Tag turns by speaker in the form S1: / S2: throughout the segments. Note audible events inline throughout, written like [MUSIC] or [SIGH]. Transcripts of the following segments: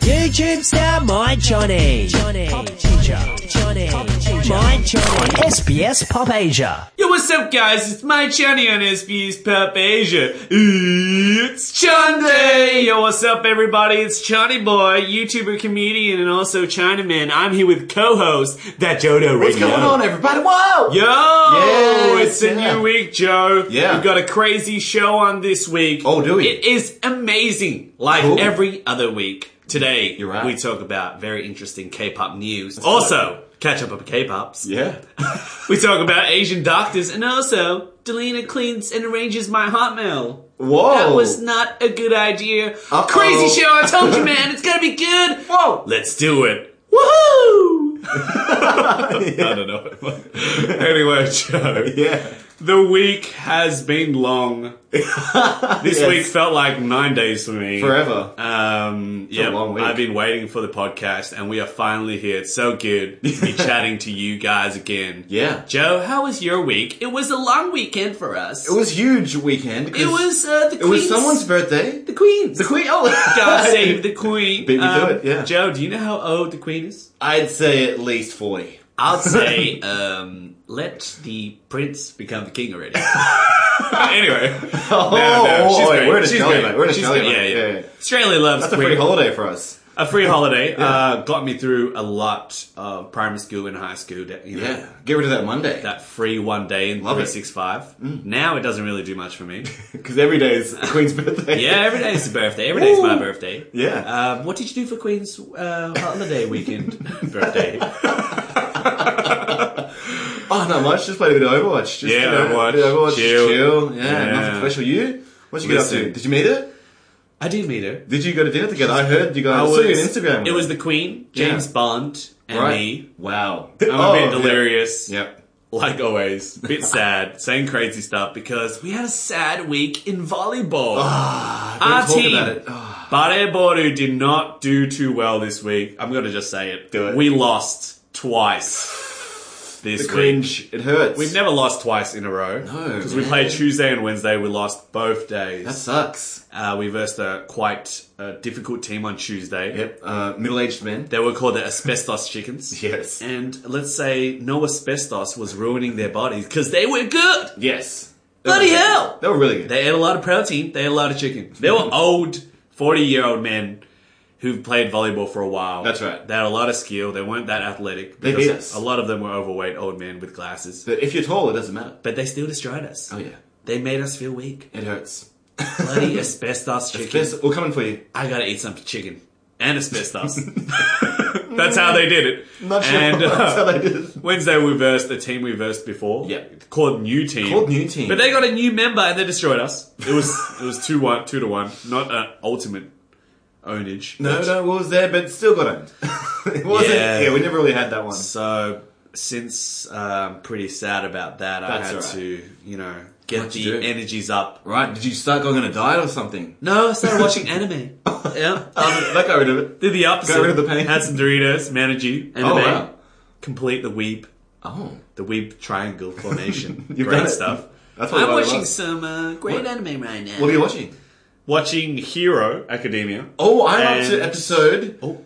S1: YouTube star My Johnny. Johnny. Pop teacher. Johnny. Pop teacher. My Johnny. On SBS Pop Asia.
S2: Yo, what's up, guys? It's my Johnny on SB's Pop Asia. It's Chande! Yo, what's up, everybody? It's Johnny Boy, YouTuber, comedian, and also Chinaman. I'm here with co-host, that Jodo Radio.
S3: What's going on, everybody?
S2: Yo!
S3: Whoa!
S2: it's
S3: Yes,
S2: a
S3: yeah.
S2: new week, Joe.
S3: Yeah.
S2: We've got a crazy show on this week.
S3: Oh, do we?
S2: It is amazing. Like
S3: Cool.
S2: every other week. Today,
S3: You're right.
S2: we talk about very interesting K-pop news. also, catch up on K-pops.
S3: [LAUGHS] Yeah.
S2: We talk about Asian doctors and also Delina cleans and arranges my hotmail.
S3: Whoa.
S2: That was not a good idea.
S3: Oh. Uh-oh.
S2: Crazy show, I told you, man. It's gonna be good.
S3: Whoa.
S2: Let's do it. Woohoo! I don't know. [LAUGHS] anyway, Joe.
S3: Yeah.
S2: The week has been
S3: [LAUGHS]
S2: long. this
S3: Yes.
S2: week felt like nine days for me.
S3: Forever.
S2: Um, yeah,
S3: a long week.
S2: I've been waiting for the podcast, and we are finally here. It's so good to
S3: [LAUGHS]
S2: be chatting to you guys again.
S3: Yeah.
S2: Joe, how was your week? It was a long weekend for us.
S3: It was huge weekend. 'cause
S2: It was uh, the
S3: It was
S2: Queen's.
S3: someone's birthday.
S2: the Queen's.
S3: The Queen.
S2: [LAUGHS]
S3: Oh,
S2: God save the Queen. Um,
S3: Beat me to it, yeah.
S2: Joe, do you know how old the Queen is?
S3: I'd say at least forty.
S2: I'd [LAUGHS] say, um, let the prince become the king already. [LAUGHS] anyway.
S3: [LAUGHS] Oh,
S2: no, she's great.
S3: we're in
S2: She's
S3: Australia,
S2: great.
S3: mate. We're in
S2: She's
S3: Australia,
S2: great.
S3: mate.
S2: Yeah, yeah. Australia loves
S3: That's a free
S2: Queen.
S3: holiday for us.
S2: a free holiday uh, got me through a lot of primary school and high school. That, you know,
S3: Yeah. Get rid of that Monday
S2: That free one day in
S3: Love it. Mm.
S2: 365. Now it doesn't really do much for me.
S3: because every day is the Queen's [LAUGHS] birthday.
S2: Yeah, every day is a birthday. Every day is my
S3: Ooh.
S2: birthday.
S3: Yeah.
S2: Um, what did you do for Queen's uh, holiday weekend [LAUGHS] birthday?
S3: Oh, not much. Just played a bit of Overwatch. Just,
S2: Yeah,
S3: you know,
S2: Overwatch,
S3: a bit of Overwatch. just
S2: chill.
S3: chill. Yeah,
S2: Yeah.
S3: Nothing special. You? What did you
S2: Listen.
S3: get up to? Did you meet her?
S2: I did meet her.
S3: Did you go to dinner together? I heard you guys. I, saw you on Instagram.
S2: It was the Queen, James
S3: Yeah.
S2: Bond, and
S3: right. Oh,
S2: me.
S3: [LAUGHS] Wow.
S2: I'm a bit delirious.
S3: Yep.
S2: Like always, bit sad, saying crazy stuff because we had a sad week in volleyball.
S3: Ah.
S2: Our
S3: talk
S2: team,
S3: about it. Oh,
S2: Bare Boru, did not do too well this week. I'm going to just say it.
S3: Do it.
S2: We lost twice this
S3: The
S2: week.
S3: cringe. It hurts.
S2: We've never lost twice in a row.
S3: No,
S2: Because we
S3: man.
S2: played Tuesday and Wednesday, we lost both days.
S3: That sucks.
S2: uh, we versed a quite uh, difficult team on Tuesday.
S3: Yep. Uh, middle-aged men.
S2: They were called the asbestos chickens.
S3: [LAUGHS] Yes.
S2: And let's say no asbestos was ruining their bodies because they were good.
S3: Yes.
S2: Bloody
S3: They were-
S2: hell!
S3: They were really good.
S2: They ate a lot of protein. They ate a lot of chicken. They
S3: [LAUGHS]
S2: were old, forty-year-old men who've played volleyball for a while.
S3: That's right.
S2: They had a lot of skill. They weren't that athletic.
S3: They
S2: because
S3: beat us.
S2: A lot of them were overweight old men with glasses.
S3: But if you're tall, it doesn't matter.
S2: But they still destroyed us.
S3: Oh yeah.
S2: They made us feel weak.
S3: It hurts. [LAUGHS]
S2: Bloody asbestos chicken.
S3: This, we're coming for you.
S2: I gotta eat some chicken and
S3: [LAUGHS]
S2: asbestos. That's how they did it.
S3: Not sure
S2: And,
S3: [LAUGHS] that's how
S2: uh,
S3: they did it.
S2: Wednesday we versed a team we versed before.
S3: Yeah.
S2: Called New Team.
S3: Called New Team.
S2: But they got a new member and they destroyed us. It was it was two one two to one. Not an ultimate ownage.
S3: No, no, it was there, but still got owned. [LAUGHS] it wasn't.
S2: Yeah.
S3: Yeah. we never really had that one.
S2: So since um pretty sad about that, I
S3: That's
S2: had
S3: alright.
S2: to, you know, get
S3: What'd you
S2: the
S3: do?
S2: energies up.
S3: Right? Did you start going on a diet or something?
S2: No, I started watching anime. [LAUGHS] yeah.
S3: [LAUGHS] Um, that got rid of it.
S2: Did the opposite.
S3: Got rid of the pain.
S2: Had some Doritos, Managee, anime.
S3: Oh, wow.
S2: Complete the weeb.
S3: Oh.
S2: the weeb triangle formation.
S3: [LAUGHS] You've
S2: great
S3: done it.
S2: stuff.
S3: That's what
S2: I'm
S3: I love.
S2: watching some uh, great
S3: What?
S2: anime right now.
S3: What are you watching?
S2: watching Hero Academia?
S3: Oh, I'm up
S2: And-
S3: to episode
S2: Oh,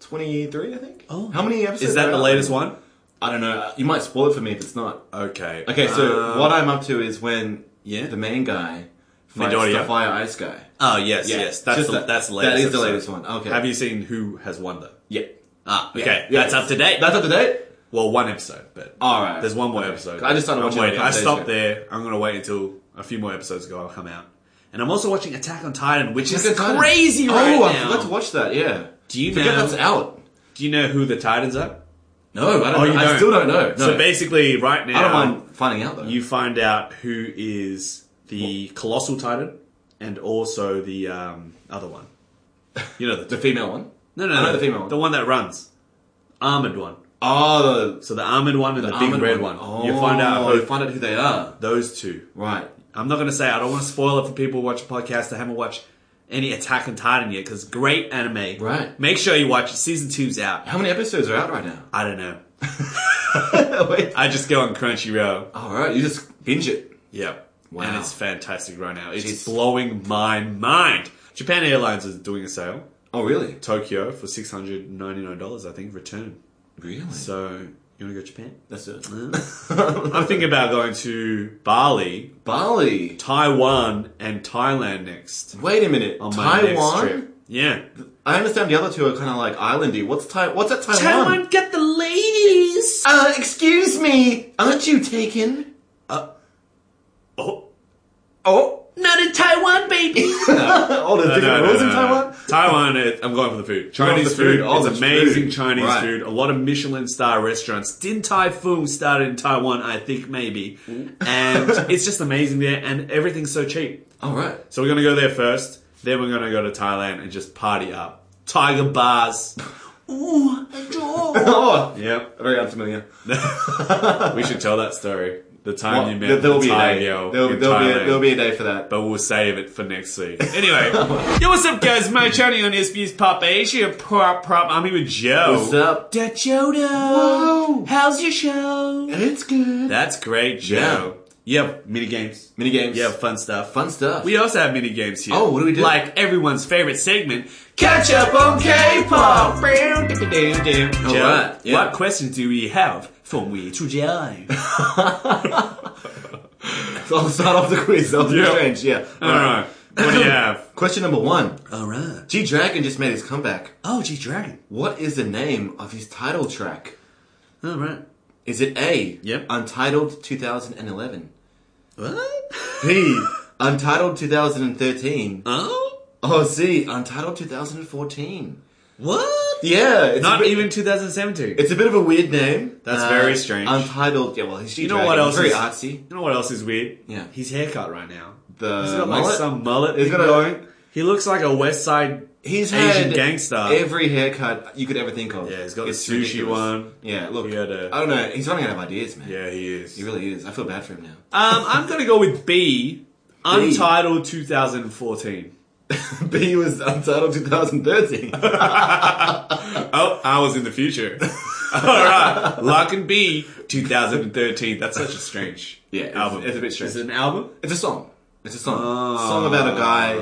S3: 23, I think.
S2: Oh.
S3: How many episodes?
S2: is that
S3: are
S2: the
S3: out?
S2: latest one?
S3: I don't know. You might spoil it for me if it's not.
S2: Okay.
S3: Okay, so
S2: Uh,
S3: what I'm up to is when
S2: Yeah.
S3: the main guy fights
S2: Midoriya?
S3: the fire ice guy.
S2: Oh yes,
S3: Yeah,
S2: yes. That's
S3: just
S2: the,
S3: that-
S2: that's the
S3: that
S2: latest.
S3: is the
S2: episode.
S3: latest one. Okay.
S2: Have you seen who has won though?
S3: Yeah.
S2: Ah, okay.
S3: yeah.
S2: That's up to date.
S3: That's up to date?
S2: well, one episode, but
S3: All right.
S2: there's one more
S3: Okay.
S2: episode.
S3: I just started
S2: I'm
S3: watching it a
S2: waiting.
S3: couple
S2: I
S3: days
S2: stopped
S3: ago.
S2: there. I'm gonna wait until a few more episodes ago. I'll come out. And I'm also watching Attack on Titan, which is
S3: Attack on Titan.
S2: crazy
S3: Oh,
S2: right
S3: I
S2: now.
S3: forgot to watch that, yeah.
S2: Do you
S3: Forget
S2: know-
S3: that's out.
S2: Do you know who the Titans are?
S3: No, I don't
S2: Oh,
S3: know.
S2: you
S3: I
S2: don't.
S3: still don't know. No.
S2: So basically, right now,
S3: I don't mind finding out though.
S2: you find out who is the colossal titan and also the um, other one. You
S3: [LAUGHS]
S2: know the
S3: the female one?
S2: no, no,
S3: I know
S2: no,
S3: the female one.
S2: the one that runs, armored one.
S3: Oh, the,
S2: So Ah, the armored one and the, big
S3: armored
S2: red one. you find out
S3: Oh,
S2: who
S3: you find out who they are.
S2: those two.
S3: Right.
S2: I'm not going to say. I don't want to spoil it for people who watch a podcast that haven't watched any Attack on Titan yet because great anime.
S3: Right.
S2: Make sure you watch it. Season two's out.
S3: How many episodes are out
S2: [LAUGHS]
S3: right now?
S2: I don't know.
S3: Wait.
S2: I just go on Crunchyroll.
S3: All right, you just binge it.
S2: Yep.
S3: Wow.
S2: And it's fantastic right now. It's
S3: Jeez.
S2: blowing my mind. Japan Airlines is doing a sale.
S3: Oh, really?
S2: Tokyo for six hundred ninety nine dollars, I think, return.
S3: Really?
S2: So you want to go to Japan?
S3: That's it.
S2: I'm thinking about going to Bali,
S3: [LAUGHS] Bali.
S2: Taiwan, and Thailand next.
S3: Wait a minute.
S2: On my
S3: Taiwan.
S2: next trip. Yeah.
S3: I understand the other two are kind of like islandy. What's Tai? What's at Taiwan?
S2: get the ladies.
S3: Uh, excuse me. Aren't you taken?
S2: Uh, Oh,
S3: Oh.
S2: not in Taiwan,
S3: [LAUGHS]
S2: baby. [LAUGHS]
S3: oh, there's different rules in Taiwan.
S2: Taiwan, it- I'm going for the food. Chinese
S3: the
S2: food,
S3: food. Oh,
S2: it's
S3: the
S2: amazing
S3: food.
S2: Chinese
S3: Right.
S2: food. A lot of Michelin star restaurants. Din Tai Fung started in Taiwan, I think maybe,
S3: [LAUGHS]
S2: and it's just amazing there. And everything's so cheap.
S3: All right.
S2: So we're gonna go there first. Then we're gonna go to Thailand and just party up. Tiger bars. Ooh, adore.
S3: [LAUGHS] Oh,
S2: yep.
S3: very unfamiliar.
S2: We should tell that story. The time
S3: Well,
S2: you
S3: there-
S2: met
S3: there'll
S2: the
S3: be a
S2: Thai
S3: day.
S2: girl
S3: There'll,
S2: in
S3: there'll be a,
S2: Thailand.
S3: there'll be a day for that.
S2: but we'll save it for next week. Anyway, yo, what's up, guys? My Johnny on SB's Pop Asia Prop Prop. I'm here with Joe.
S3: What's up?
S2: Da Jodo.
S3: Whoa.
S2: How's your show?
S3: It's good.
S2: That's great, Joe. You have mini games.
S3: Mini games.
S2: You have fun stuff.
S3: Fun stuff.
S2: We also have mini games here.
S3: Oh, what do we do?
S2: Like everyone's favorite segment, Catch Up on K-pop. Joe,
S3: right, yeah.
S2: what questions do we have for we to Joe?
S3: So I'll start off the quiz. That was
S2: Yeah. Uh-huh.
S3: strange. Yeah.
S2: All right, what do you have?
S3: Question number one.
S2: All right.
S3: G Dragon just made his comeback.
S2: Oh, G Dragon.
S3: What is the name of his title track?
S2: All right.
S3: Is it A?
S2: Yep.
S3: Untitled 2011.
S2: What?
S3: B. Untitled 2013.
S2: Oh?
S3: Or C. Untitled 2014.
S2: What?
S3: Yeah. It's a
S2: Not
S3: bit-
S2: even 2017.
S3: It's a bit of a weird name. Uh,
S2: That's very strange.
S3: Untitled. Yeah. Well, he's G
S2: you know what
S3: Dragon.
S2: else?
S3: Very
S2: is,
S3: artsy.
S2: You know what else is weird?
S3: Yeah.
S2: His haircut right now.
S3: The
S2: He's got like
S3: mullet?
S2: some mullet.
S3: He's
S2: thing
S3: got a-
S2: going. He looks like a West Side
S3: He's
S2: Asian
S3: had
S2: gangster.
S3: Every haircut you could ever think of.
S2: Yeah, he's got the
S3: It's
S2: sushi
S3: ridiculous.
S2: one.
S3: Yeah, look,
S2: He
S3: I
S2: had a-
S3: I don't know. He's running out of ideas, man.
S2: yeah, he is.
S3: he
S2: um,
S3: really is. I feel bad for him now. [LAUGHS]
S2: [LAUGHS] I'm gonna go with B. Untitled 2014.
S3: B was Untitled
S2: [LAUGHS]
S3: 2013.
S2: Oh, I was in the [LAUGHS] future. All right, Lock and B 2013. That's such a strange
S3: Yeah, it's-
S2: album.
S3: it's a bit strange.
S2: Is it an album?
S3: it's a song. It's a song. song about a guy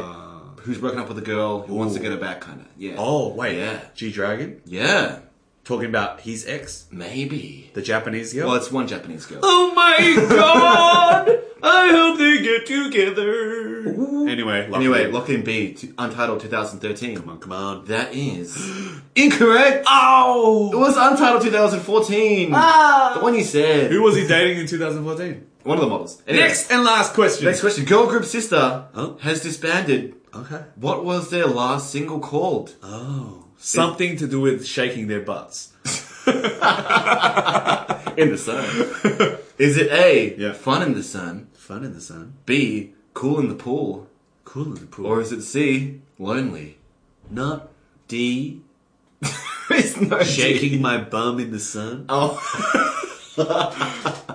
S3: who's broken up with a girl who wants to
S2: Ah. Ooh.
S3: get her back, kind of. Yeah.
S2: Oh wait,
S3: Yeah.
S2: G Dragon
S3: Yeah.
S2: talking about his ex,
S3: Maybe.
S2: the Japanese girl.
S3: Well, it's one Japanese girl.
S2: [GASPS] Oh [LAUGHS] my god! I hope they get together. Anyway, lock
S3: anyway,
S2: it.
S3: lock in B, t- Untitled 2013.
S2: Come on, come on.
S3: That is [GASPS] incorrect. It
S2: Ow!
S3: was Untitled 2014. The one you said.
S2: Who was he dating in 2014?
S3: One of the models. Anyway.
S2: Next and last question.
S3: Next question. Girl group Sister
S2: Huh?
S3: has disbanded.
S2: Okay.
S3: What was their last single called?
S2: Oh, something to do with shaking their butts.
S3: In the sun. [LAUGHS] Is it A.
S2: Yeah.
S3: Fun in the sun?
S2: Fun in the sun.
S3: B. Cool in the pool?
S2: Cool in the pool.
S3: Or is it C. Lonely?
S2: not D.
S3: [LAUGHS] It's no D.
S2: Shaking my bum in the sun.
S3: Oh.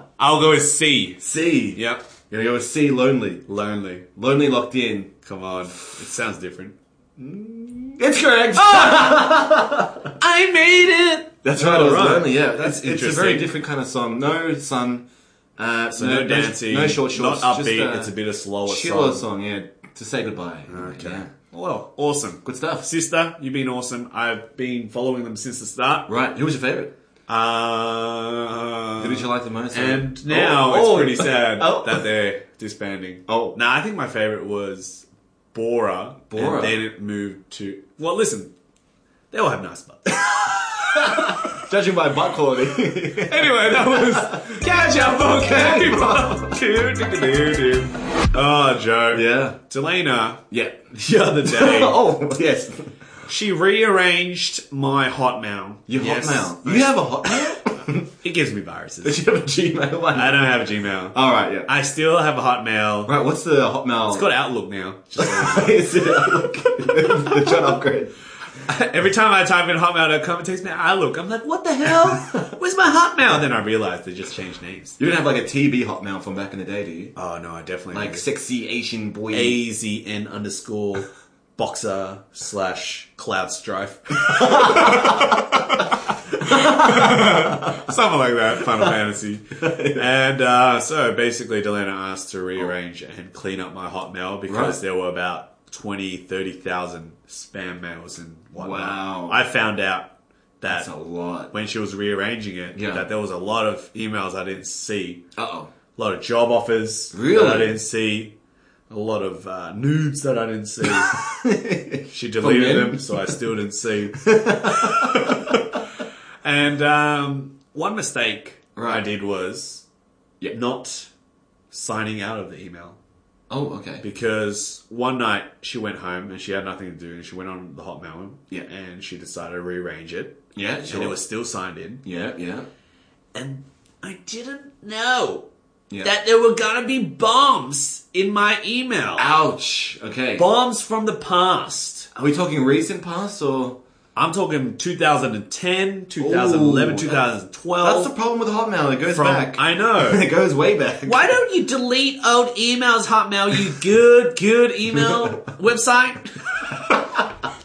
S3: [LAUGHS]
S2: I'll go with C.
S3: C.
S2: Yep.
S3: You're gonna go with C. Lonely.
S2: Lonely.
S3: Lonely locked in.
S2: Come on. It sounds different.
S3: It's correct.
S2: Ah! I made it!
S3: That's right. It was
S2: right.
S3: lonely. Yeah.
S2: That's
S3: it's, it's a
S2: interesting.
S3: very different kind of song. No sun. Uh,
S2: So no, dancing.
S3: No short shorts.
S2: Not
S3: just,
S2: upbeat.
S3: uh,
S2: it's a bit of slower
S3: chiller
S2: song.
S3: song. Yeah. To say goodbye. Okay.
S2: Well, awesome.
S3: Good stuff.
S2: Sister, you've been awesome. I've been following them since the start.
S3: Right. Who was your favorite?
S2: Uh,
S3: Who did you like the most?
S2: And now it's
S3: Oh. [LAUGHS]
S2: pretty sad
S3: Oh.
S2: that they're disbanding.
S3: Oh.
S2: Nah, I think my favorite was Bora.
S3: Bora.
S2: And then it moved to. Well, listen, they all have nice butts.
S3: [LAUGHS] Judging by butt quality.
S2: anyway, that was Catch Up Okay. [LAUGHS] oh, Joe.
S3: [LAUGHS] yeah.
S2: Delena,
S3: Yeah.
S2: [LAUGHS] the other day.
S3: [LAUGHS] oh yes.
S2: She rearranged my Hotmail.
S3: Your
S2: Yes.
S3: Hotmail. You have a Hotmail?
S2: It gives me
S3: [LAUGHS] Did
S2: viruses.
S3: you have a Gmail one?
S2: I don't have a Gmail.
S3: All right. Yeah.
S2: I still have a Hotmail.
S3: right. What's the Hotmail?
S2: It's got Outlook now. Just so you
S3: [LAUGHS] Is it Outlook? the John upgrade.
S2: know. Every time I type in Hotmail.com, it takes me to Outlook. I'm like, what the [LAUGHS] hell? Where's my Hotmail? Then I realize they just changed names.
S3: You don't have like a TB Hotmail from back in the day, do you?
S2: Oh no, I definitely
S3: Like sexy Asian boy.
S2: A Z N underscore boxer slash cloud [LAUGHS] strife. Something like that, [LAUGHS] Final Fantasy. And uh, so basically, Delana asked to rearrange and clean up my Hotmail because
S3: Right.
S2: there were about 20, 30,000 spam mails and whatnot.
S3: Wow.
S2: I found out that
S3: That's a lot.
S2: when she was rearranging it,
S3: Yeah.
S2: that there was a lot of emails I didn't see,
S3: Uh oh.
S2: a lot of job offers
S3: Really?
S2: that I didn't see, a lot of uh, nudes that I didn't see. she
S3: [LAUGHS] men?
S2: deleted them, so I still didn't see. [LAUGHS] and um, one mistake I
S3: Right.
S2: did was
S3: Yeah.
S2: not signing out of the email
S3: Oh, okay.
S2: because one night she went home and she had nothing to do and she went on the Hotmail
S3: Yeah.
S2: and she decided to rearrange it
S3: yeah, sure.
S2: and it was still signed in
S3: yeah, yeah.
S2: and I didn't know
S3: Yeah.
S2: that there were gonna be bombs in my email.
S3: Ouch. Okay.
S2: Bombs from the past.
S3: Are we talking recent past or?
S2: I'm talking 2010, 2011,
S3: Ooh,
S2: 2012.
S3: That's the problem with Hotmail. It goes
S2: Oh. from,
S3: back.
S2: I know.
S3: [LAUGHS] it goes way back.
S2: Why
S3: [LAUGHS]
S2: don't you delete old emails, Hotmail, you good, good email website?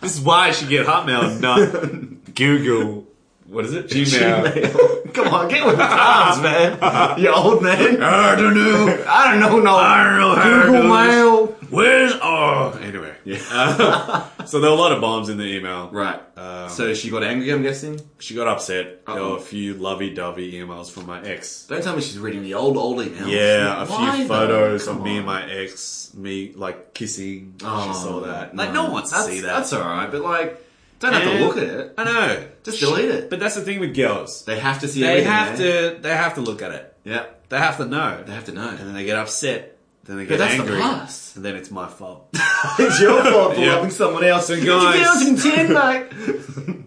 S2: this is why I should get Hotmail,
S3: [LAUGHS]
S2: not Google. What is it? Gmail.
S3: Come on, get with the times, man. You old man.
S2: I don't know.
S3: [LAUGHS] I don't know.
S2: I don't
S3: No.
S2: know how it
S3: Google
S2: goes.
S3: Mail.
S2: Where's oh? Anyway, [LAUGHS] Uh, so there were a lot of bombs in the email.
S3: Right.
S2: Um,
S3: so she got angry. I'm guessing.
S2: She got upset. There
S3: Uh-oh.
S2: were a few lovey-dovey emails from my ex.
S3: Don't tell me she's reading the old old emails.
S2: Yeah, a
S3: Why,
S2: few
S3: though?
S2: photos
S3: Come
S2: of me and
S3: on.
S2: my ex, me like kissing.
S3: Oh,
S2: she saw that. Like no, one wants to
S3: that's,
S2: see that.
S3: That's all right, but like, don't have
S2: And-
S3: to look at it.
S2: I know.
S3: Just delete it.
S2: But that's the thing with girls.
S3: They have to see.
S2: They
S3: everything,
S2: have
S3: man.
S2: to. They have to look at it.
S3: Yeah,
S2: They have to know.
S3: they have to know.
S2: And then they get upset. Then they
S3: But
S2: get
S3: that's
S2: angry.
S3: the past.
S2: And then it's my fault.
S3: [LAUGHS] It's your fault for
S2: Yeah.
S3: loving someone else.
S2: So guys-
S3: 2010, like.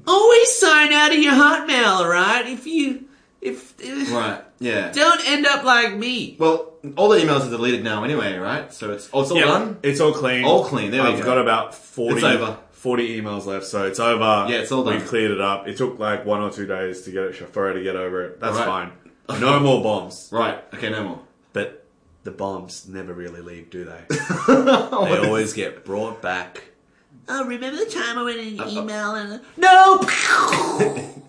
S2: Always sign out of your Hotmail, right? If you, if
S3: right. Yeah.
S2: don't end up like me.
S3: Well, all the emails are deleted now anyway, right? So it's oh, it's all
S2: Yeah,
S3: done.
S2: [LAUGHS] it's all clean.
S3: All clean, there we
S2: I've
S3: go.
S2: got about 40,
S3: It's over.
S2: 40 emails left, so it's over.
S3: Yeah, it's all done.
S2: We've cleared it up. It took like one or two days to get it, for her to get over it. That's
S3: Alright.
S2: fine. No more bombs.
S3: Right. Okay. No more.
S2: But the bombs never really leave, do [LAUGHS] they? they always get brought back. Oh, remember the time I went in
S3: Uh-oh. email
S2: and no.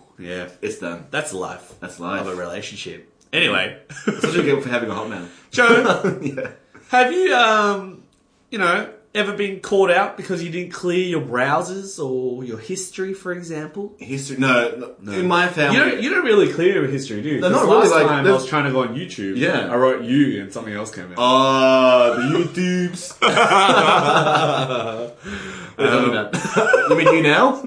S2: [LAUGHS] yeah,
S3: It's done.
S2: that's life.
S3: That's life.
S2: Of a relationship. [LAUGHS] Anyway,
S3: That's what you get for having a hotmail.
S2: Joe,
S3: yeah.
S2: have you um, you know, ever been called out because you didn't clear your browsers or your history, for example?
S3: History. No, no. In my family.
S2: You don't, you don't really clear your history, do you?
S3: No,
S2: 'Cause
S3: not
S2: last
S3: really, like,
S2: time I
S3: there's-
S2: was trying to go on YouTube.
S3: Yeah.
S2: I wrote you and something else came out.
S3: Ah,
S2: [LAUGHS]
S3: the YouTubes. what are you talking about? you mean you now?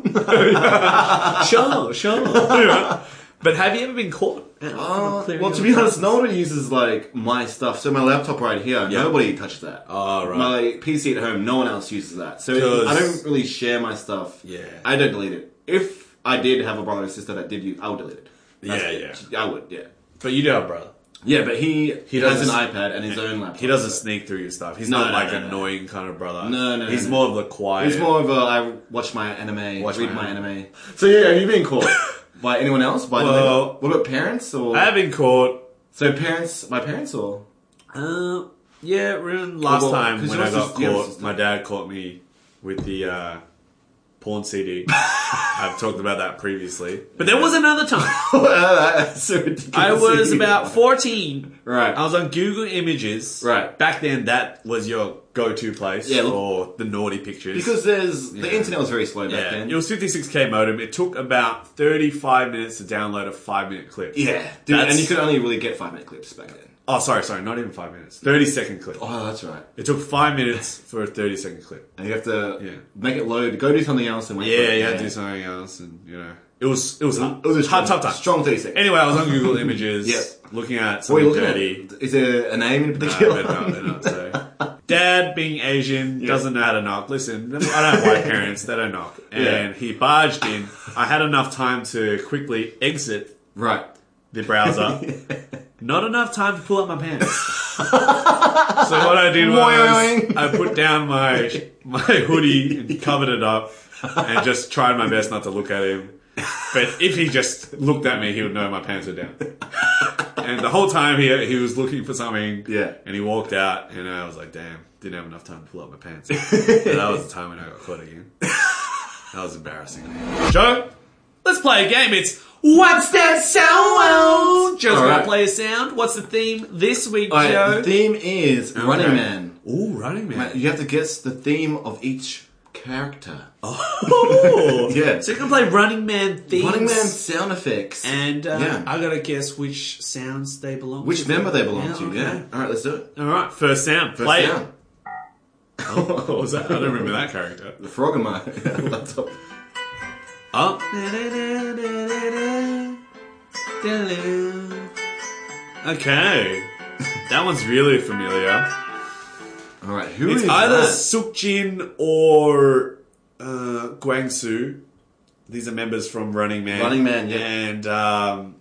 S2: sure, [LAUGHS] sure. Yeah. but have you ever been caught?
S3: Uh, well, to be honest, no one uses like my stuff. So my laptop right here,
S2: Yeah.
S3: nobody touches that. Ah,
S2: Oh, right.
S3: My PC at home, no one else uses that. So
S2: 'Cause-
S3: I don't really share my stuff.
S2: Yeah.
S3: I don't delete it. If I did have a brother or sister that did use, I would delete it.
S2: Yeah,
S3: yeah. I would, yeah.
S2: but you do have a brother.
S3: Yeah, but he he has an
S2: doesn't-
S3: iPad and his own laptop.
S2: He doesn't sneak through your stuff. He's
S3: No,
S2: not
S3: no,
S2: like
S3: no, no.
S2: annoying kind of brother.
S3: No, no,
S2: He's
S3: no.
S2: more of the quiet.
S3: It's more of a I watch my anime,
S2: Watch
S3: read
S2: my
S3: my, anime. So yeah, have you been
S2: [LAUGHS]
S3: caught by anyone else? By
S2: Well-
S3: what about parents or
S2: I have been caught.
S3: so parents? My parents or [LAUGHS]
S2: [LAUGHS] Uh, yeah, remember last
S3: Well, well,
S2: time
S3: 'cause
S2: when I
S3: yours
S2: got
S3: is- yours
S2: caught,
S3: is-
S2: my dad caught me with the uh, porn
S3: [LAUGHS]
S2: CD. I've talked about that previously. But there was another time.
S3: That's a ridiculous
S2: I was
S3: thing.
S2: about 14.
S3: right.
S2: I was on Google Images.
S3: Right.
S2: Back then, that was your go to place
S3: Yeah, look-
S2: for the naughty pictures.
S3: because there's the internet was very slow back
S2: yeah,
S3: then.
S2: it was 56k modem. It took about 35 minutes to download a five minute clip.
S3: yeah, dude,
S2: That's-
S3: and you could only really get five minute clips back then.
S2: Oh, sorry, sorry, not even five minutes. 30 second clip.
S3: Oh, that's right.
S2: It took five minutes for a 30 second clip.
S3: And you have to
S2: Yeah.
S3: make it load, go do something else, and wait. for
S2: Yeah,
S3: it.
S2: you had to do something else, and you know, it was it was hard.
S3: It was a strong,
S2: hard, tough time.
S3: strong thirty seconds.
S2: Anyway, I was on Google Images,
S3: Yeah.
S2: looking at
S3: what are
S2: something
S3: you
S2: [LAUGHS]
S3: looking
S2: dirty.
S3: at? Is there a name in
S2: Uh,
S3: particular?
S2: but no, they're not, so. Dad, being Asian,
S3: Yeah.
S2: doesn't know how to knock. Listen, I don't have [LAUGHS] white parents; they don't knock. And
S3: Yeah.
S2: he barged in. I had enough time to quickly exit
S3: [LAUGHS] right.
S2: the browser. Not enough time to pull up my pants. so what I did was
S3: Boing.
S2: I put down my my hoodie and covered it up and just tried my best not to look at him. But if he just looked at me, he would know my pants were down. And the whole time he he was looking for something.
S3: Yeah.
S2: And he walked out, and I was like, "Damn, didn't have enough time to pull up my pants." And that was the time when I got caught again. That was embarrassing. Joe, let's play a game. It's What's That Sound? Joe's
S3: All
S2: gonna
S3: right.
S2: play a sound. What's the theme this week,
S3: All right,
S2: Joe?
S3: the theme is Running
S2: Okay.
S3: Man.
S2: Ooh, Running Man.
S3: [LAUGHS] You have to guess the theme of each character.
S2: Ooh.
S3: Yeah.
S2: So you can play Running Man themes.
S3: Running Man sound effects.
S2: And uh,
S3: Yeah.
S2: I gotta guess which sounds they belong to.
S3: which member they belong to,
S2: okay.
S3: yeah. Alright, let's do it.
S2: All right, first sound.
S3: First
S2: play
S3: down.
S2: it. [LAUGHS] What was that? I don't remember that character.
S3: The Frogmar. [LAUGHS] laptop.
S2: Oh. [LAUGHS] Okay.
S3: [LAUGHS]
S2: That one's really familiar.
S3: Alright, who is
S2: It's either
S3: that?
S2: Sukjin or uh, Guangsu. These are members from Running Man.
S3: Running Man, yeah.
S2: And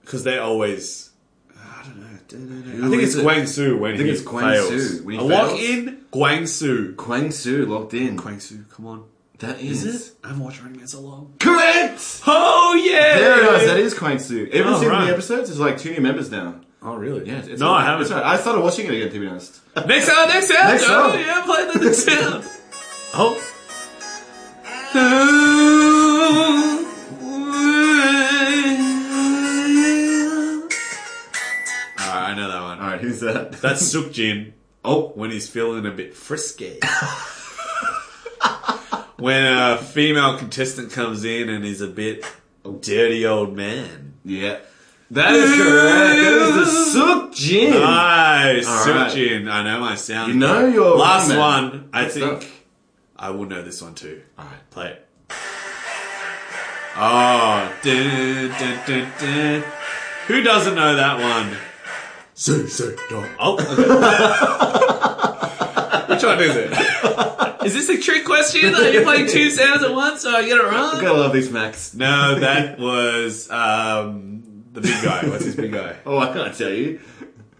S2: because they always, I don't know. I
S3: Who
S2: think it's
S3: is it?
S2: Guangsu when
S3: I think
S2: he
S3: it's Guangsu
S2: fails.
S3: when he
S2: I walk
S3: fails.
S2: in Guangsu.
S3: Quang Su locked in.
S2: Guangsu, come on.
S3: That
S2: Is
S3: is,
S2: it? I haven't watched Running Man so long.
S3: correct.
S2: Oh yeah!
S3: There it is. That is Quang Su. Every
S2: Oh,
S3: single
S2: right.
S3: episode is like two new members now.
S2: Oh really?
S3: Yeah, it's, it's
S2: no,
S3: alright.
S2: I haven't.
S3: It's alright. I started watching it again to be honest. [LAUGHS]
S2: Next sound, next sound.
S3: Next
S2: oh,
S3: sound.
S2: yeah, play the next sound.
S3: Oh.
S2: oh. Alright, I know that one.
S3: All right, who's that?
S2: That's Sukjin
S3: oh,
S2: when he's feeling a bit frisky. when a female contestant comes in and is a bit dirty old man.
S3: yeah. That is correct. That is the Sook Jin.
S2: Ah. Nice,
S3: All right.
S2: Sukjin. I know my sound.
S3: You know your
S2: last
S3: man.
S2: one. I
S3: Good
S2: think
S3: stuff.
S2: I will know this one too.
S3: All right.
S2: Play it. Oh, dun, dun, dun, dun. who doesn't know that one? Say, say, dog. Oh, okay. [LAUGHS] which one is it? Is this a trick question? Are you playing [LAUGHS] two sounds at once, or you get it
S3: I
S2: wrong?
S3: gotta love these Max.
S2: No, that was um, the big guy. What's his big guy?
S3: Oh, I can't tell you.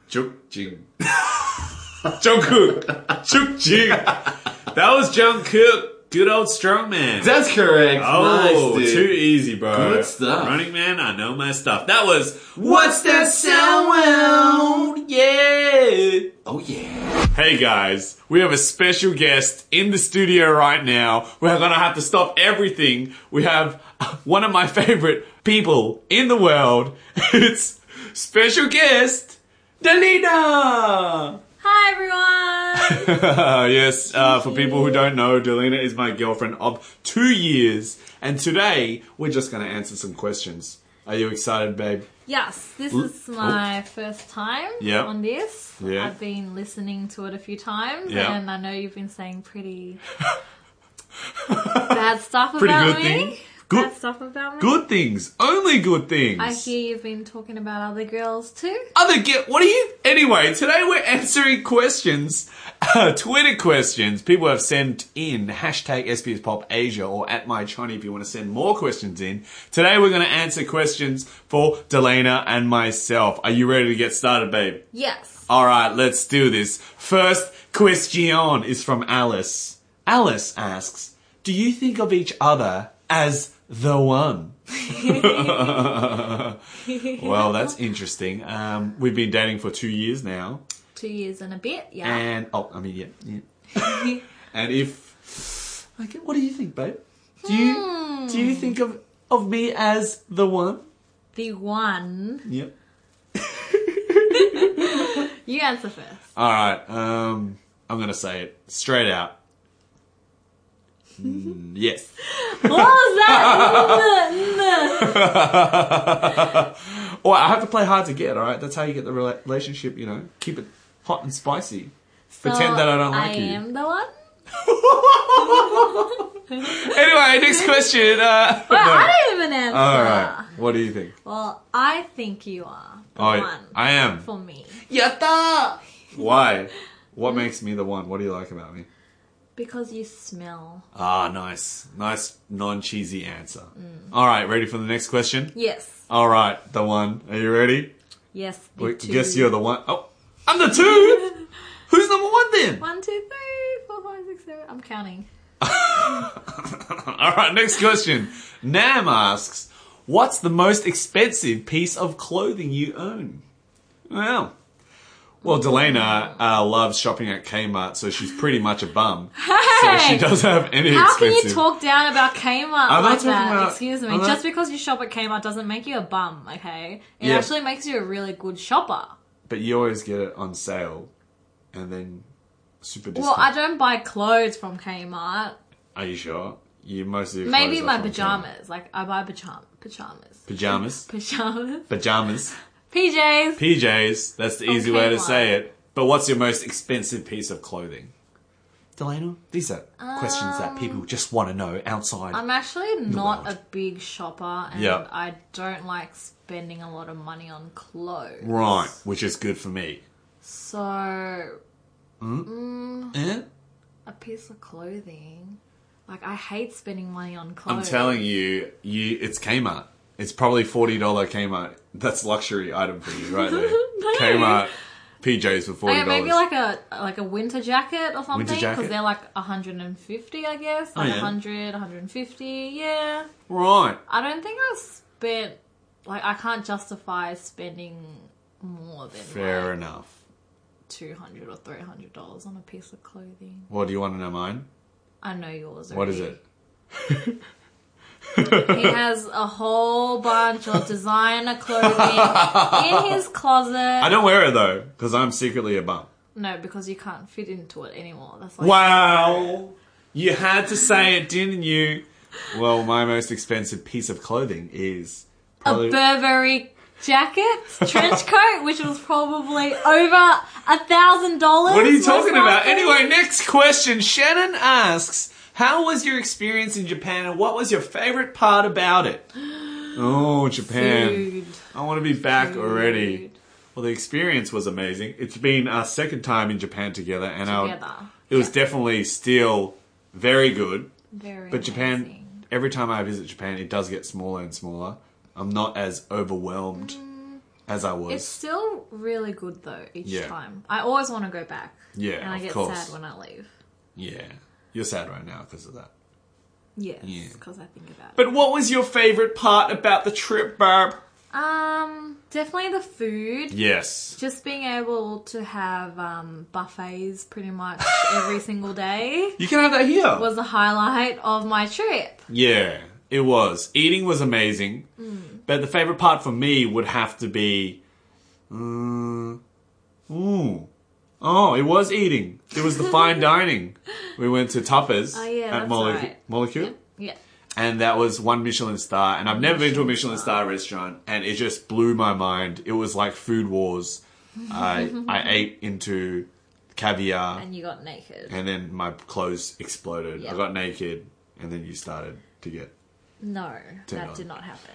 S2: Jukjing. Jungkook. Jukjing. That was Jungkook. Good old strongman.
S3: That's correct.
S2: oh,
S3: nice,
S2: too
S3: dude.
S2: easy, bro.
S3: Good stuff.
S2: Running man, I know my stuff. That was
S3: What's that sound?
S2: Yeah.
S3: Oh yeah.
S2: Hey guys, we have a special guest in the studio right now. We're gonna have to stop everything. We have [LAUGHS] one of my favorite people in the world. [LAUGHS] It's special guest, Delina.
S4: Hi
S2: [LAUGHS]
S4: everyone!
S2: yes, uh, for people who don't know, Delina is my girlfriend of two years, and today we're just going to answer some questions. Are you excited, babe?
S4: yes, this is my first time
S2: oh. Yeah.
S4: on this.
S2: Yeah.
S4: I've been listening to it a few times
S2: Yeah.
S4: and I know you've been
S2: [LAUGHS]
S4: saying pretty bad stuff
S2: Pretty good
S4: about me.
S2: things. Good-
S4: Bad stuff about me.
S2: Good things, only good things.
S4: I hear you've been talking about other girls too.
S2: Other get what are you? Anyway, today we're answering questions, uh, Twitter questions. People have sent in hashtag SBS Pop Asia or at my Chani if you want to send more questions in. Today we're going to answer questions for Delina and myself. Are you ready to get started, babe?
S4: Yes.
S2: All right, let's do this. First question is from Alice. Alice asks, "Do you think of each other as the one?" well, that's interesting. Um, we've been dating for two years now,
S4: Two years and a bit, yeah.
S2: and oh, I mean, yeah, yeah. and if, like, what do you think, babe? Do you do you think of of me as the one?
S4: the one.
S2: Yep.
S4: You answer
S2: [LAUGHS]
S4: first.
S2: All right. Um, I'm gonna say it straight
S4: [LAUGHS]
S2: out. Mm, yes. [LAUGHS]
S4: What was that? [LAUGHS] Nuh, nuh.
S2: Or I have to play hard to get. All right. That's how you get the rela- relationship. You know, keep it hot and
S4: [LAUGHS]
S2: spicy. [LAUGHS] Pretend that I don't like
S4: I
S2: you.
S4: am the one?
S2: Anyway, next question. Uh,
S4: [LAUGHS] Well,
S2: no.
S4: I don't even
S2: [LAUGHS]
S4: answer.
S2: All right. What do you think?
S4: Well, I think you are the
S2: Oh,
S4: one
S2: I am.
S4: for me
S2: Yatta. Why? What
S4: Mm.
S2: makes me the one? What do you like about me?
S4: because you smell.
S2: Ah, nice, nice non-cheesy answer.
S4: Mm.
S2: All right, ready for the next question?
S4: Yes,
S2: All right, the one. Are you ready?
S4: yes. the
S2: Well,
S4: two.
S2: guess you're the one. Oh, I'm the
S4: [LAUGHS]
S2: two. Who's number one then?
S4: One, two, three, four, five, six, seven. I'm counting.
S2: [LAUGHS] All right, next question. Nam asks, "What's the most expensive piece of clothing you own?" Well, well, Delana uh, loves shopping at Kmart, so she's pretty much a bum. So she
S4: Hey!
S2: doesn't have any.
S4: How can
S2: expensive.
S4: you talk down about Kmart
S2: I'm not
S4: like
S2: talking
S4: that?
S2: about-
S4: Excuse me.
S2: I'm not-
S4: Just because you shop at Kmart doesn't make you a bum, okay? It
S2: Yeah.
S4: actually makes you a really good shopper.
S2: But you always get it on sale, and then super
S4: Well,
S2: discount.
S4: I don't buy clothes from Kmart.
S2: Are you sure? You mostly your
S4: Maybe
S2: clothes are
S4: my
S2: from
S4: pajamas. Like I buy pajam- pajamas.
S2: Kmart.
S4: [LAUGHS]
S2: Pajamas.
S4: Pajamas.
S2: Pajamas.
S4: PJs.
S2: PJs. That's the easy way to
S4: Kmart.
S2: say it. But what's your most expensive piece of clothing? Delano, these are questions that people just want to know outside.
S4: Um, I'm actually not
S2: world.
S4: a big shopper and
S2: Yeah.
S4: I don't like spending a lot of money on clothes.
S2: right, which is good for me.
S4: So a
S2: Eh?
S4: piece of clothing. Like I hate spending money on clothes.
S2: I'm telling you, you it's Kmart. It's probably forty dollar Kmart. That's luxury item for you right there.
S4: [LAUGHS] No.
S2: Kmart PJs for forty
S4: Okay,
S2: dollars.
S4: maybe like a like a winter jacket or something
S2: jacket. Oh,
S4: because they're like 150 I guess like
S2: yeah.
S4: 100 150 yeah
S2: right.
S4: I don't think I spent like I can't justify spending more than
S2: Fair
S4: like,
S2: enough.
S4: 200 or 300 dollars on a piece of clothing
S2: What do you want to know mine?
S4: I know yours
S2: What is
S4: already.
S2: it?
S4: he has a whole bunch of designer
S2: [LAUGHS]
S4: clothing in his closet
S2: I don't wear it though, because I'm secretly a bum.
S4: no because you can't fit into it anymore that's like
S2: Wow. You had to say it, didn't you? Well, my most expensive piece of clothing is
S4: a
S2: probably
S4: Burberry jacket, trench coat, which was probably over a thousand dollars.
S2: What are you talking
S4: most
S2: about?
S4: likely.
S2: Anyway, next question. Shannon asks, "How was your experience in Japan, and what was your favorite part about it?" [GASPS] Oh, Japan!
S4: Food.
S2: I want to be back
S4: Food.
S2: already. Well, the experience was amazing. It's been our second time in Japan together, and
S4: Together.
S2: Our, it was definitely still very good.
S4: Very
S2: But Japan,
S4: amazing.
S2: every time I visit Japan, it does get smaller and smaller. I'm not as overwhelmed as I was.
S4: Mm. It's still really good though. Each
S2: Yeah.
S4: time, I always want to go back.
S2: Yeah,
S4: and I
S2: of
S4: get
S2: course.
S4: sad when I leave.
S2: yeah, you're sad right now because of that.
S4: Yes,
S2: Yeah.
S4: because I think about
S2: But what was your favorite part about the trip, Barb?
S4: it. Um, definitely the food.
S2: Yes.
S4: Just being able to have um, buffets pretty much
S2: [LAUGHS]
S4: every single day
S2: You can have that here.
S4: was the highlight of my trip.
S2: yeah, it was. Eating was amazing.
S4: Mm.
S2: But the favorite part for me would have to be. Mm, ooh. Oh, it was eating. It was the
S4: [LAUGHS]
S2: fine dining. We went to Tuppers
S4: Oh, yeah,
S2: at
S4: that's
S2: Molecu-
S4: right.
S2: Molecule.
S4: Yeah.
S2: and that was one Michelin star. And I've never been to a Michelin star restaurant, and it just blew my mind. It was like food wars.
S4: [LAUGHS]
S2: I I ate into caviar,
S4: And you got naked.
S2: and then my clothes exploded.
S4: Yeah.
S2: I got naked, and then you started to get.
S4: No, that
S2: on.
S4: did
S2: [LAUGHS]
S4: not happen.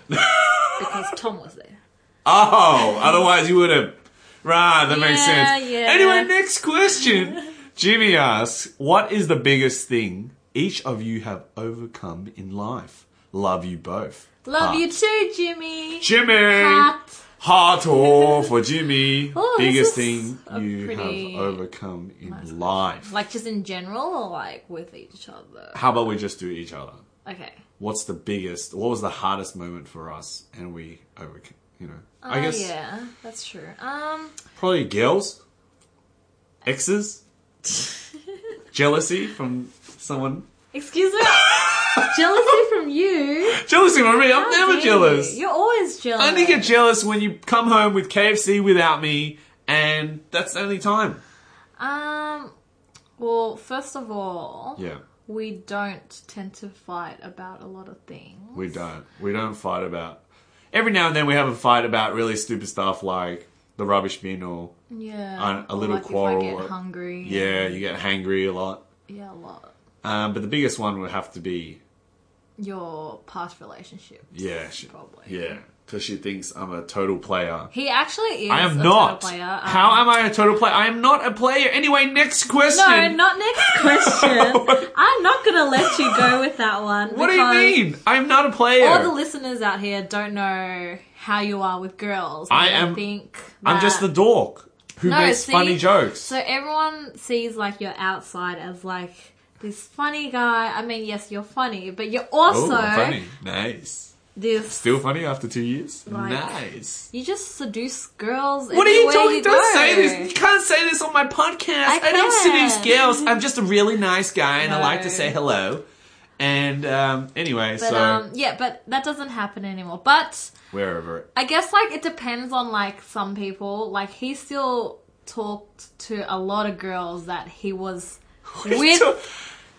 S4: because Tom was there. [LAUGHS]
S2: Oh, otherwise you would have. Right, that makes
S4: Yeah,
S2: sense.
S4: yeah.
S2: Anyway, next question. Jimmy asks, "What is the biggest thing each of you have overcome in life?" Love you both.
S4: Love
S2: Heart.
S4: you too, Jimmy.
S2: Ah. Jimmy.
S4: Cat.
S2: Heart or for Jimmy,
S4: Oh, this
S2: biggest
S4: is
S2: thing
S4: a
S2: you
S4: pretty
S2: have overcome in life.
S4: Like just in general or like with each other?
S2: How about we just do each other?
S4: Okay.
S2: What's the biggest? What was the hardest moment for us? And we overcame. You know, I
S4: Oh,
S2: guess
S4: yeah, that's true. Um, [LAUGHS]
S2: probably girls, exes, jealousy from someone. [LAUGHS]
S4: excuse me. jealousy from you.
S2: Jealousy from me. I'm
S4: How
S2: never
S4: dare
S2: jealous.
S4: You. are always jealous.
S2: I only get jealous when you come home with KFC without me, and that's the only time.
S4: um, well, first of all,
S2: Yeah.
S4: we don't tend to fight about a lot of things.
S2: We don't. We don't fight about. Every now and then we have a fight about really stupid stuff like the rubbish bin or
S4: Yeah.
S2: A- a
S4: or,
S2: little
S4: like
S2: quarrel,
S4: If I
S2: uh,
S4: get hungry.
S2: yeah, you get hangry a lot.
S4: Yeah, a lot.
S2: Um, but the biggest one would have to be
S4: Your past relationship.
S2: yeah, she,
S4: Probably.
S2: yeah, because she thinks I'm a total player.
S4: He actually is.
S2: I am
S4: a
S2: not.
S4: total Player. Um,
S2: How am I a total player? I am not a player. Anyway, next question.
S4: No, not
S2: [LAUGHS]
S4: next question. I'm not gonna let you go with that one.
S2: what do you
S4: because
S2: mean? I'm not a player.
S4: All the listeners out here don't know how you are with girls.
S2: I
S4: They
S2: am-
S4: Think
S2: I'm just the
S4: that-
S2: dork who
S4: No,
S2: makes
S4: see?
S2: funny jokes.
S4: So everyone sees like you're outside as like this funny guy. I mean, yes, you're funny, but you're
S2: oh,
S4: also
S2: funny. Nice.
S4: this.
S2: Still funny after two years.
S4: Like-
S2: nice.
S4: you just seduce girls.
S2: What are you
S4: everywhere
S2: talking? Don't
S4: go.
S2: say this. You can't say this on my podcast. I,
S4: I
S2: don't
S4: can.
S2: seduce girls. I'm just a really nice guy, and I like to
S4: No.
S2: say hello. And um, anyway,
S4: But
S2: so
S4: um, yeah, but that doesn't happen anymore. But
S2: wherever.
S4: I guess like it depends on like some people. Like he still talked to a lot of girls that
S2: [LAUGHS]
S4: he was
S2: What are you
S4: with.
S2: ta-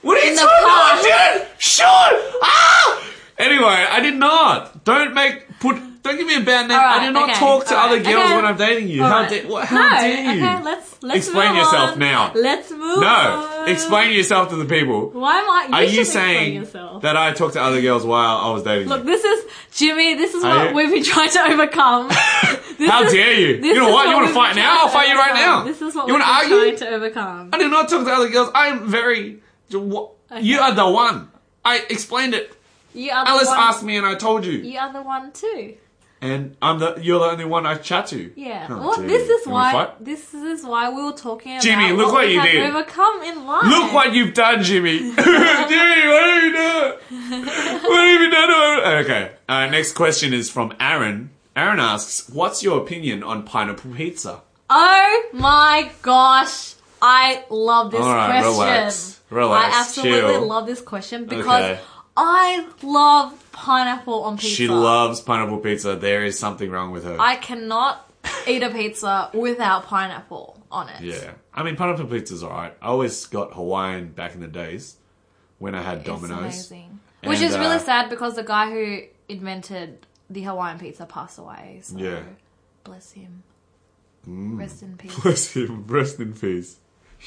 S2: what are you
S4: in the
S2: talking about,
S4: past.
S2: dude? Sean! Ah! Anyway, I did not. Don't make put. Don't give me a bad name.
S4: Alright,
S2: I did not
S4: okay,
S2: talk to
S4: alright,
S2: other girls
S4: okay.
S2: when I'm dating you. How,
S4: Alright.
S2: da- what,
S4: no,
S2: how dare you?
S4: Okay, let's let's
S2: Explain
S4: move
S2: yourself
S4: on.
S2: now.
S4: Let's move.
S2: no,
S4: on.
S2: explain yourself to the people.
S4: Why am I? You
S2: Are
S4: should
S2: you
S4: explain
S2: saying
S4: yourself.
S2: that I talked to other girls while I was dating?
S4: Look, this is Jimmy. This is
S2: Are
S4: what
S2: you-
S4: we've been trying to
S2: [LAUGHS]
S4: overcome.
S2: you?
S4: This
S2: How
S4: is-
S2: dare you?
S4: this
S2: You know
S4: is
S2: what? You want to
S4: we've
S2: fight
S4: been
S2: now? I'll
S4: trying
S2: fight
S4: to
S2: you right
S4: overcome.
S2: now.
S4: This is what
S2: you
S4: we've
S2: want to
S4: been
S2: argue?
S4: trying to overcome.
S2: I did not talk to other girls. I am very. You are the one. I explained it.
S4: You are the
S2: Alice
S4: one.
S2: asked me, and I told you.
S4: You are the one too.
S2: And I'm the. You're the only one I chat to.
S4: Yeah.
S2: Oh,
S4: well,
S2: dear.
S4: this is
S2: You wanna
S4: why.
S2: fight?
S4: This is why we were talking about.
S2: Jimmy, look what
S4: we
S2: you
S4: have
S2: did.
S4: Overcome in life.
S2: Look what you've done, Jimmy. [LAUGHS] Jimmy, what have you
S4: [LAUGHS]
S2: done? What have you done? Okay. Uh, next question is from Aaron. Aaron asks, "What's your opinion on pineapple pizza?"
S4: Oh my gosh. I love this
S2: All right,
S4: question.
S2: relax. Relax,
S4: I absolutely
S2: chill.
S4: love this question because
S2: Okay.
S4: I love pineapple on pizza.
S2: She loves pineapple pizza. There is something wrong with her.
S4: I cannot eat a pizza without pineapple on it.
S2: yeah. I mean, pineapple pizza's alright. I always got Hawaiian back in the days when I had
S4: It's
S2: Domino's.
S4: amazing. Which
S2: And,
S4: is really
S2: uh,
S4: sad because the guy who invented the Hawaiian pizza passed away. So
S2: Yeah. Mm.
S4: bless him. Rest in
S2: [LAUGHS]
S4: peace.
S2: Bless him. Rest in peace.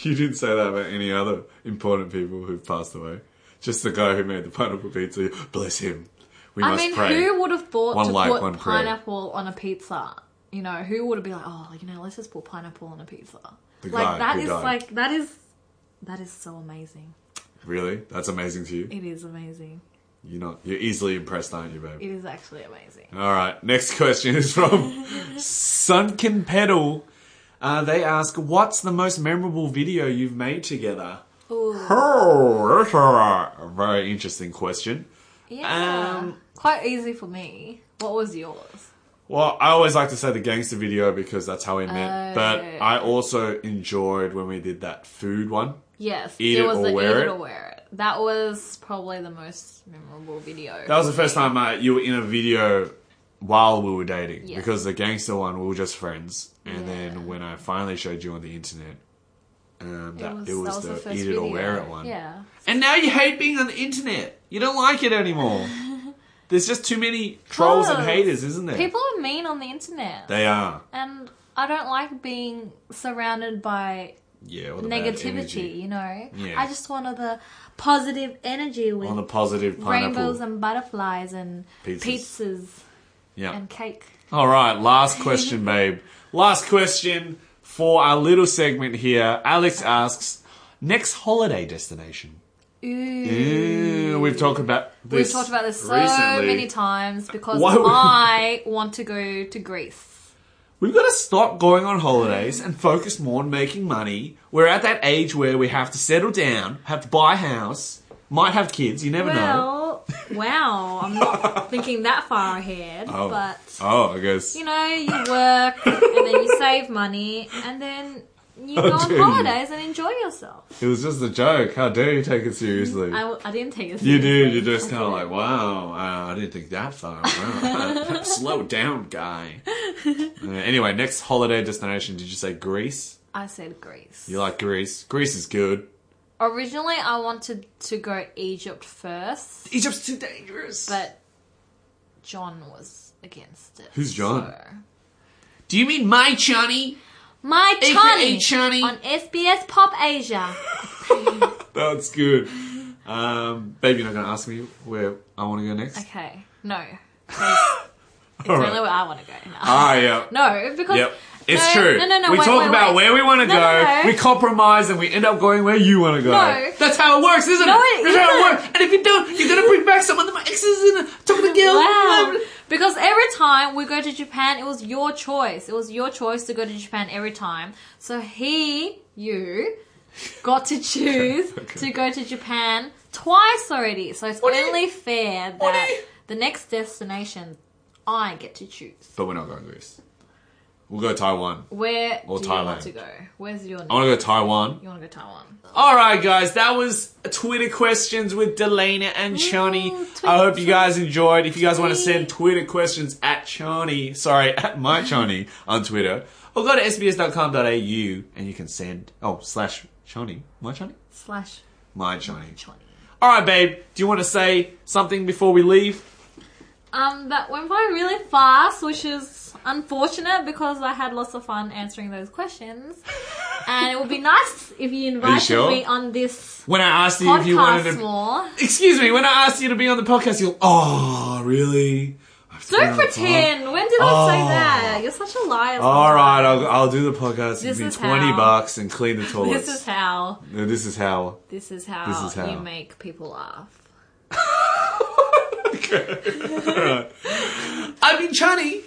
S2: You didn't say that about any other important people who've passed away. Just the guy who made the pineapple pizza. Bless him. We
S4: I
S2: must
S4: mean,
S2: pray.
S4: who would have thought
S2: One
S4: to
S2: like,
S4: put
S2: one prayer.
S4: pineapple on a pizza? You know, who would have been like, oh, you know, let's just put pineapple on a pizza?
S2: The guy
S4: like that
S2: who
S4: is
S2: died.
S4: like that is that is so amazing.
S2: Really? That's amazing to you.
S4: It is amazing.
S2: You're not. You're easily impressed, aren't you, babe?
S4: It is actually amazing.
S2: All right. Next question is
S4: [LAUGHS]
S2: from Sunken Pedal. Uh, they ask, "What's the most memorable video you've made together?" Oh, that's a very interesting question.
S4: Yeah,
S2: Um,
S4: quite easy for me. What was yours?
S2: Well, I always like to say the gangster video because that's how we met.
S4: Oh.
S2: But I also enjoyed when we did that food one.
S4: Yes,
S2: Eat
S4: it
S2: it
S4: was
S2: or
S4: the
S2: wear
S4: eat
S2: it?
S4: it or wear it. That was probably the most memorable video.
S2: That was the first time uh, you were in a video while we were dating
S4: Yeah.
S2: because the gangster one we were just friends, and
S4: Yeah.
S2: then when I finally showed you on the internet, um, that it was,
S4: that
S2: the,
S4: first
S2: eat it or wear it
S4: video.
S2: one.
S4: Yeah.
S2: And now you hate being on the internet. You don't like it
S4: [LAUGHS]
S2: anymore. There's just too many trolls and
S4: Trolls.
S2: haters, isn't there?
S4: People are mean on the internet.
S2: They are.
S4: and I don't like being surrounded by
S2: Yeah. all the bad
S4: negativity,
S2: energy.
S4: you know?
S2: Yeah.
S4: I just wanted the positive energy with
S2: On the positive pineapple.
S4: rainbows and butterflies and
S2: Pizzas.
S4: pizzas,
S2: yeah.
S4: and cake.
S2: All right, last question, babe. Last question for our little segment here. Alex asks, next holiday destination.
S4: Ooh.
S2: Ooh, we've talked about this.
S4: We've talked about this so
S2: recently.
S4: many times because
S2: Why would-
S4: I want to go to Greece.
S2: We've got to stop going on holidays and focus more on making money. We're at that age where we have to settle down, have to buy a house, might have kids. You never know.
S4: Well, wow, I'm not thinking that far ahead, but
S2: oh, I guess.
S4: you know, you work and then you save money and then
S2: [LAUGHS]
S4: you go
S2: dare
S4: on
S2: you.
S4: holidays and enjoy yourself.
S2: it was just a joke. How dare you take it seriously?
S4: I, w- I didn't take it.
S2: You
S4: seriously.
S2: do. You're just kind of like, wow, uh, I didn't think that far. Wow. [LAUGHS] Slow down, guy. Uh, anyway, next holiday destination, did you say Greece?
S4: I said Greece.
S2: You like Greece? Greece is good.
S4: Originally, I wanted to go Egypt first,
S2: Egypt's too dangerous.
S4: but John was against it.
S2: Who's John?
S4: so-
S2: Do you mean my Johnny?
S4: My
S2: AKA
S4: Chani,
S2: Chani.
S4: on SBS Pop Asia.
S2: That's good. Um, babe, you're not going to ask me where I want to go next?
S4: Okay, no,
S2: [LAUGHS]
S4: it's
S2: All
S4: really
S2: right.
S4: where I want to go now.
S2: Ah, yeah.
S4: no, because
S2: Yep. It's
S4: no,
S2: true.
S4: No, no, no.
S2: we
S4: wait,
S2: talk
S4: wait,
S2: about
S4: wait.
S2: where we want to
S4: No,
S2: go,
S4: no, no.
S2: we compromise, and we end up going where you want to go.
S4: No.
S2: That's how it works, isn't
S4: No,
S2: it?
S4: it
S2: That's how it
S4: isn't.
S2: works. And if you don't, you're going to bring [LAUGHS] back some of my exes and talk to the girls.
S4: Wow. Because every time we go to Japan, it was your choice. It was your choice to go to Japan every time. So he, you,
S2: [LAUGHS]
S4: got to choose
S2: Okay.
S4: to go to Japan twice already. So it's
S2: do you-
S4: only fair
S2: what do
S4: that
S2: you-
S4: the next destination I get to choose.
S2: But we're not going to Greece. We'll go Taiwan.
S4: Where
S2: Or
S4: do you
S2: Thailand.
S4: want to go? Where's your
S2: I want to go Taiwan.
S4: You want to go Taiwan?
S2: All right, guys, that was Twitter questions with Delana and Chani.
S4: Ooh,
S2: I hope you
S4: Twitter.
S2: guys enjoyed. If you guys want to [LAUGHS]
S4: Tweet.
S2: send Twitter questions at Chani, sorry, at my Chani on Twitter, or go to sbs.com.au and you can send, oh, slash Johnny. My Johnny?
S4: Slash.
S2: My Johnny. All right, babe. Do you want to say something before we leave?
S4: Um, that went by really fast, which is unfortunate because I had lots of fun answering those questions. and it would be nice if you invited
S2: sure?
S4: me on this
S2: When I asked you if you wanted
S4: podcast
S2: to.
S4: more.
S2: Excuse me, when I asked you to be on the podcast, you're, oh, really? I've been
S4: Don't
S2: on the pod-
S4: pretend. When did I say that? You're such a liar.
S2: Oh. All
S4: sometimes.
S2: right, I'll, I'll do the podcast.
S4: This
S2: Give me
S4: is
S2: 20
S4: how-
S2: bucks and clean the toilets.
S4: [LAUGHS] This is how.
S2: No, this is how.
S4: This is how,
S2: This is how.
S4: you make people laugh.
S2: I've been Johnny.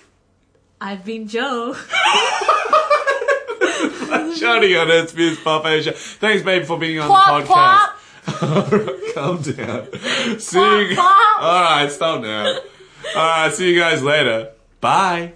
S4: I've been Joe.
S2: Johnny on SBS Pop Asia. Thanks, babe, for being on
S4: Quap,
S2: the podcast. [LAUGHS]
S4: quap.
S2: Calm down. See
S4: Quack,
S2: you.
S4: quack.
S2: All right, stop now. All right, see you guys later. Bye.